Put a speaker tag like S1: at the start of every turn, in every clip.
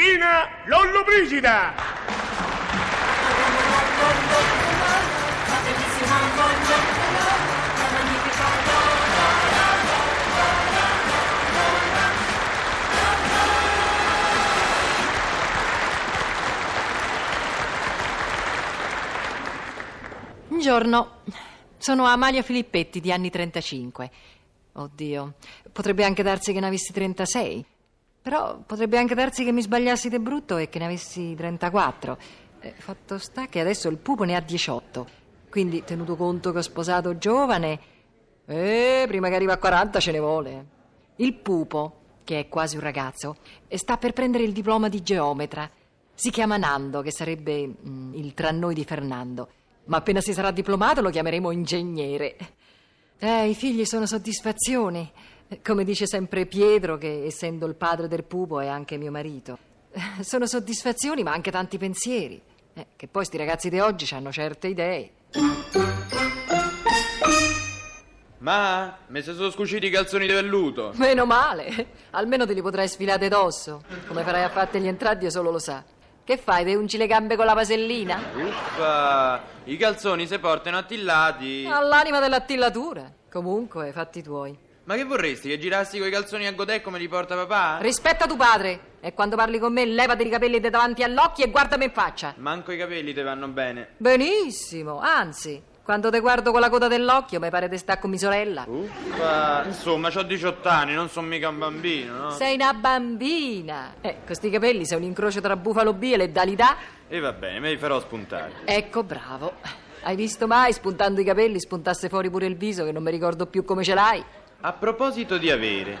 S1: Brigida Lollobrigida!
S2: Buongiorno, sono Amalia Filippetti di anni 35. Oddio, potrebbe anche darsi che ne avessi 36, però potrebbe anche darsi che mi sbagliassi di brutto e che ne avessi 34. Eh, fatto sta che adesso il pupo ne ha 18, quindi tenuto conto che ho sposato giovane, eh, prima che arriva a 40 ce ne vuole. Il pupo, che è quasi un ragazzo, eh, sta per prendere il diploma di geometra. Si chiama Nando, che sarebbe mm, il tra noi di Fernando. Ma appena si sarà diplomato lo chiameremo ingegnere. Eh, i figli sono soddisfazioni. Come dice sempre Pietro, che essendo il padre del pupo è anche mio marito. Eh, Sono soddisfazioni, ma anche tanti pensieri. Eh, che poi sti ragazzi di oggi hanno certe idee.
S3: Ma mi si sono scuciti i calzoni di velluto.
S2: Meno male, almeno te li potrai sfilare dosso. Come farai a farteli entrare, Dio solo lo sa. Che fai, te unci le gambe con la vasellina?
S3: Uffa, i calzoni si portano attillati.
S2: All'anima dell'attillatura. Comunque, fatti tuoi.
S3: Ma che vorresti? Che girassi coi calzoni a godè come li porta papà?
S2: Rispetta tuo padre e quando parli con me levati i capelli da davanti all'occhio e guardami in faccia.
S3: Manco i capelli ti vanno bene.
S2: Benissimo, anzi, quando ti guardo con la coda dell'occhio mi pare di sta con mia sorella.
S3: Uffa, insomma, ho 18 anni, non sono mica un bambino, no?
S2: Sei una bambina. Eh, questi capelli sei un incrocio tra Bufalo B e le Dalida.
S3: E va bene, me li farò spuntare.
S2: Ecco, bravo. Hai visto mai spuntando i capelli spuntasse fuori pure il viso che non mi ricordo più come ce l'hai?
S3: A proposito di avere,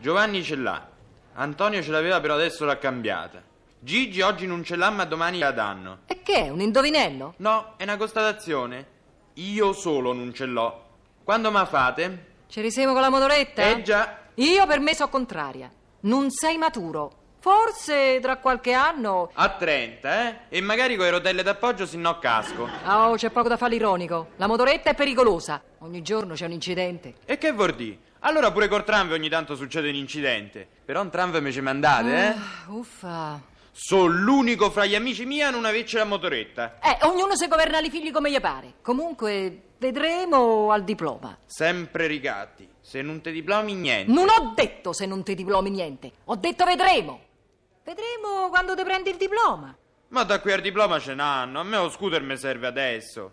S3: Giovanni ce l'ha. Antonio ce l'aveva, però adesso l'ha cambiata. Gigi oggi non ce l'ha, ma domani la danno.
S2: E che è, un indovinello?
S3: No, è una constatazione. Io solo non ce l'ho. Quando ma fate?
S2: Ci risiamo con la motoretta?
S3: Eh già.
S2: Io per me so contraria. Non sei maturo. Forse tra qualche anno
S3: A 30, eh? E magari con le rotelle d'appoggio si no casco.
S2: Oh, c'è poco da fare ironico. La motoretta è pericolosa. Ogni giorno c'è un incidente.
S3: E che vuol dire? Allora pure col tramvai ogni tanto succede un incidente. Però un tramvai me ci mandate, eh?
S2: Ah, Uffa.
S3: Sono l'unico fra gli amici miei a non averci la motoretta.
S2: Eh, ognuno se governa i figli come gli pare. Comunque, vedremo al diploma.
S3: Sempre ricatti. Se non te diplomi, niente.
S2: Non ho detto se non ti diplomi niente. Ho detto vedremo. Vedremo quando ti prendi il diploma.
S3: Ma da qui al diploma ce n'hanno. A me lo scooter mi serve adesso.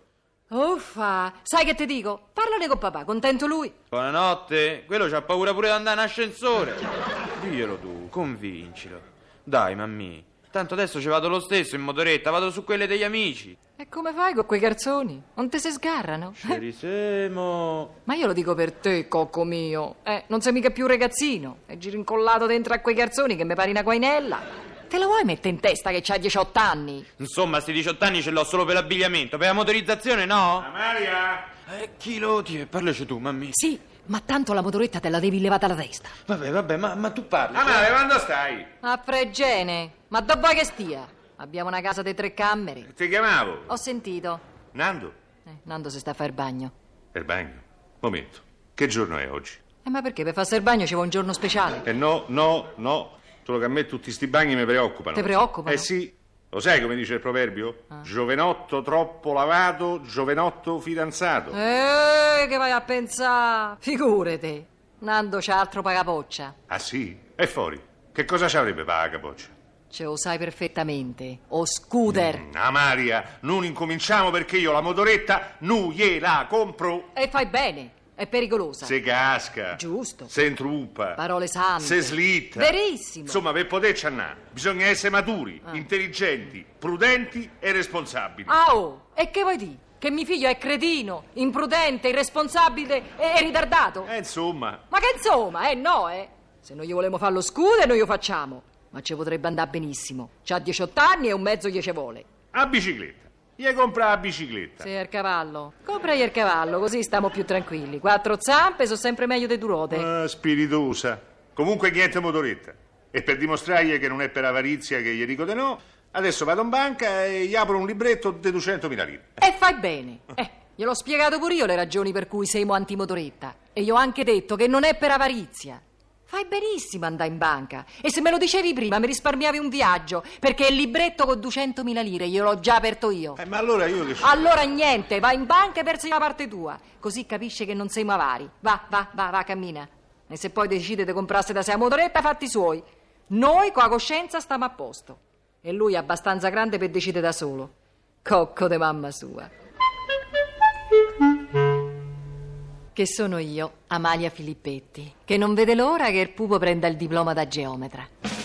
S2: Uffa. Sai che ti dico? Parlane con papà, contento lui.
S3: Buonanotte. Quello c'ha paura pure di andare in ascensore. Diglielo tu, convincilo. Dai, mammì. Tanto adesso ci vado lo stesso in motoretta, vado su quelle degli amici.
S2: E come fai con quei garzoni? Non te se sgarrano?
S3: Ci risemo.
S2: Ma io lo dico per te, cocco mio. Eh, non sei mica più un ragazzino. È girincollato dentro a quei garzoni che mi pari una guainella. Te lo vuoi mettere in testa che c'ha 18 anni?
S3: Insomma, sti 18 anni ce l'ho solo per l'abbigliamento, per la motorizzazione no?
S1: Amalia!
S3: Eh, chi lo ti? Parlaci tu, mamma.
S2: Sì, ma tanto la motoretta te la devi levare dalla testa.
S3: Vabbè, vabbè, ma, ma tu parli.
S4: Ah,
S1: Amalia, quando stai?
S2: A Fregene, ma dove vuoi che stia? Abbiamo una casa di tre camere.
S1: Ti chiamavo.
S2: Ho sentito.
S4: Nando,
S2: Eh, Nando si sta a fare il bagno.
S4: per bagno. Momento, che giorno è oggi?
S2: Eh, ma perché? Per farsi il bagno ci vuole un giorno speciale.
S4: Eh no, no, no. Solo che a me tutti sti bagni mi preoccupano.
S2: Ti preoccupano? Ah.
S4: Eh sì. Lo sai come dice il proverbio? Giovenotto troppo lavato, giovenotto fidanzato.
S2: Eh, che vai a pensare? Figurati. Nando c'ha altro pagapoccia.
S4: Ah sì? E fuori? Che cosa ci avrebbe paga boccia?
S2: Ce lo sai perfettamente. O scooter.
S4: Amalia, Mm, non incominciamo perché io la motoretta non gliela compro.
S2: E fai bene, è pericolosa.
S4: Se casca.
S2: Giusto.
S4: Se intruppa.
S2: Parole sante.
S4: Se slitta.
S2: Verissimo.
S4: Insomma, per poterci andare bisogna essere maturi, intelligenti, prudenti e responsabili.
S2: Ah, oh, e che vuoi dire? Che mio figlio è cretino, imprudente, irresponsabile e, e ritardato?
S4: Eh, insomma,
S2: Ma che insomma, eh no, eh. Se non gli volemo fare lo scudo, noi lo facciamo. Ma ci potrebbe andare benissimo. C'ha 18 anni e un mezzo gli ci vuole.
S4: a bicicletta. Gli compra la bicicletta.
S2: Sei il cavallo. Compragli il cavallo, così stiamo più tranquilli. Quattro zampe sono sempre meglio dei due ruote.
S4: Ah, spiritosa. Comunque niente motoretta. E per dimostrargli che non è per avarizia che gli dico di no, adesso vado in banca e gli apro un libretto di 200.000 lire.
S2: E fai bene. Eh, gliel'ho spiegato pure io le ragioni per cui siamo antimotoretta. E gli ho anche detto che non è per avarizia. Fai benissimo andare in banca. E se me lo dicevi prima mi risparmiavi un viaggio, perché il libretto con 200.000 lire gliel'ho già aperto io.
S4: Eh, ma allora io che
S2: Allora niente, vai in banca e versi la parte tua, così capisce che non sei avari. Va, va, va, va, cammina. E se poi decide di comprarsi da sé la motoretta, fatti suoi. Noi con la coscienza stiamo a posto. E lui è abbastanza grande per decidere da solo. Cocco de mamma sua. Che sono io, Amalia Filippetti, che non vede l'ora che il pupo prenda il diploma da geometra.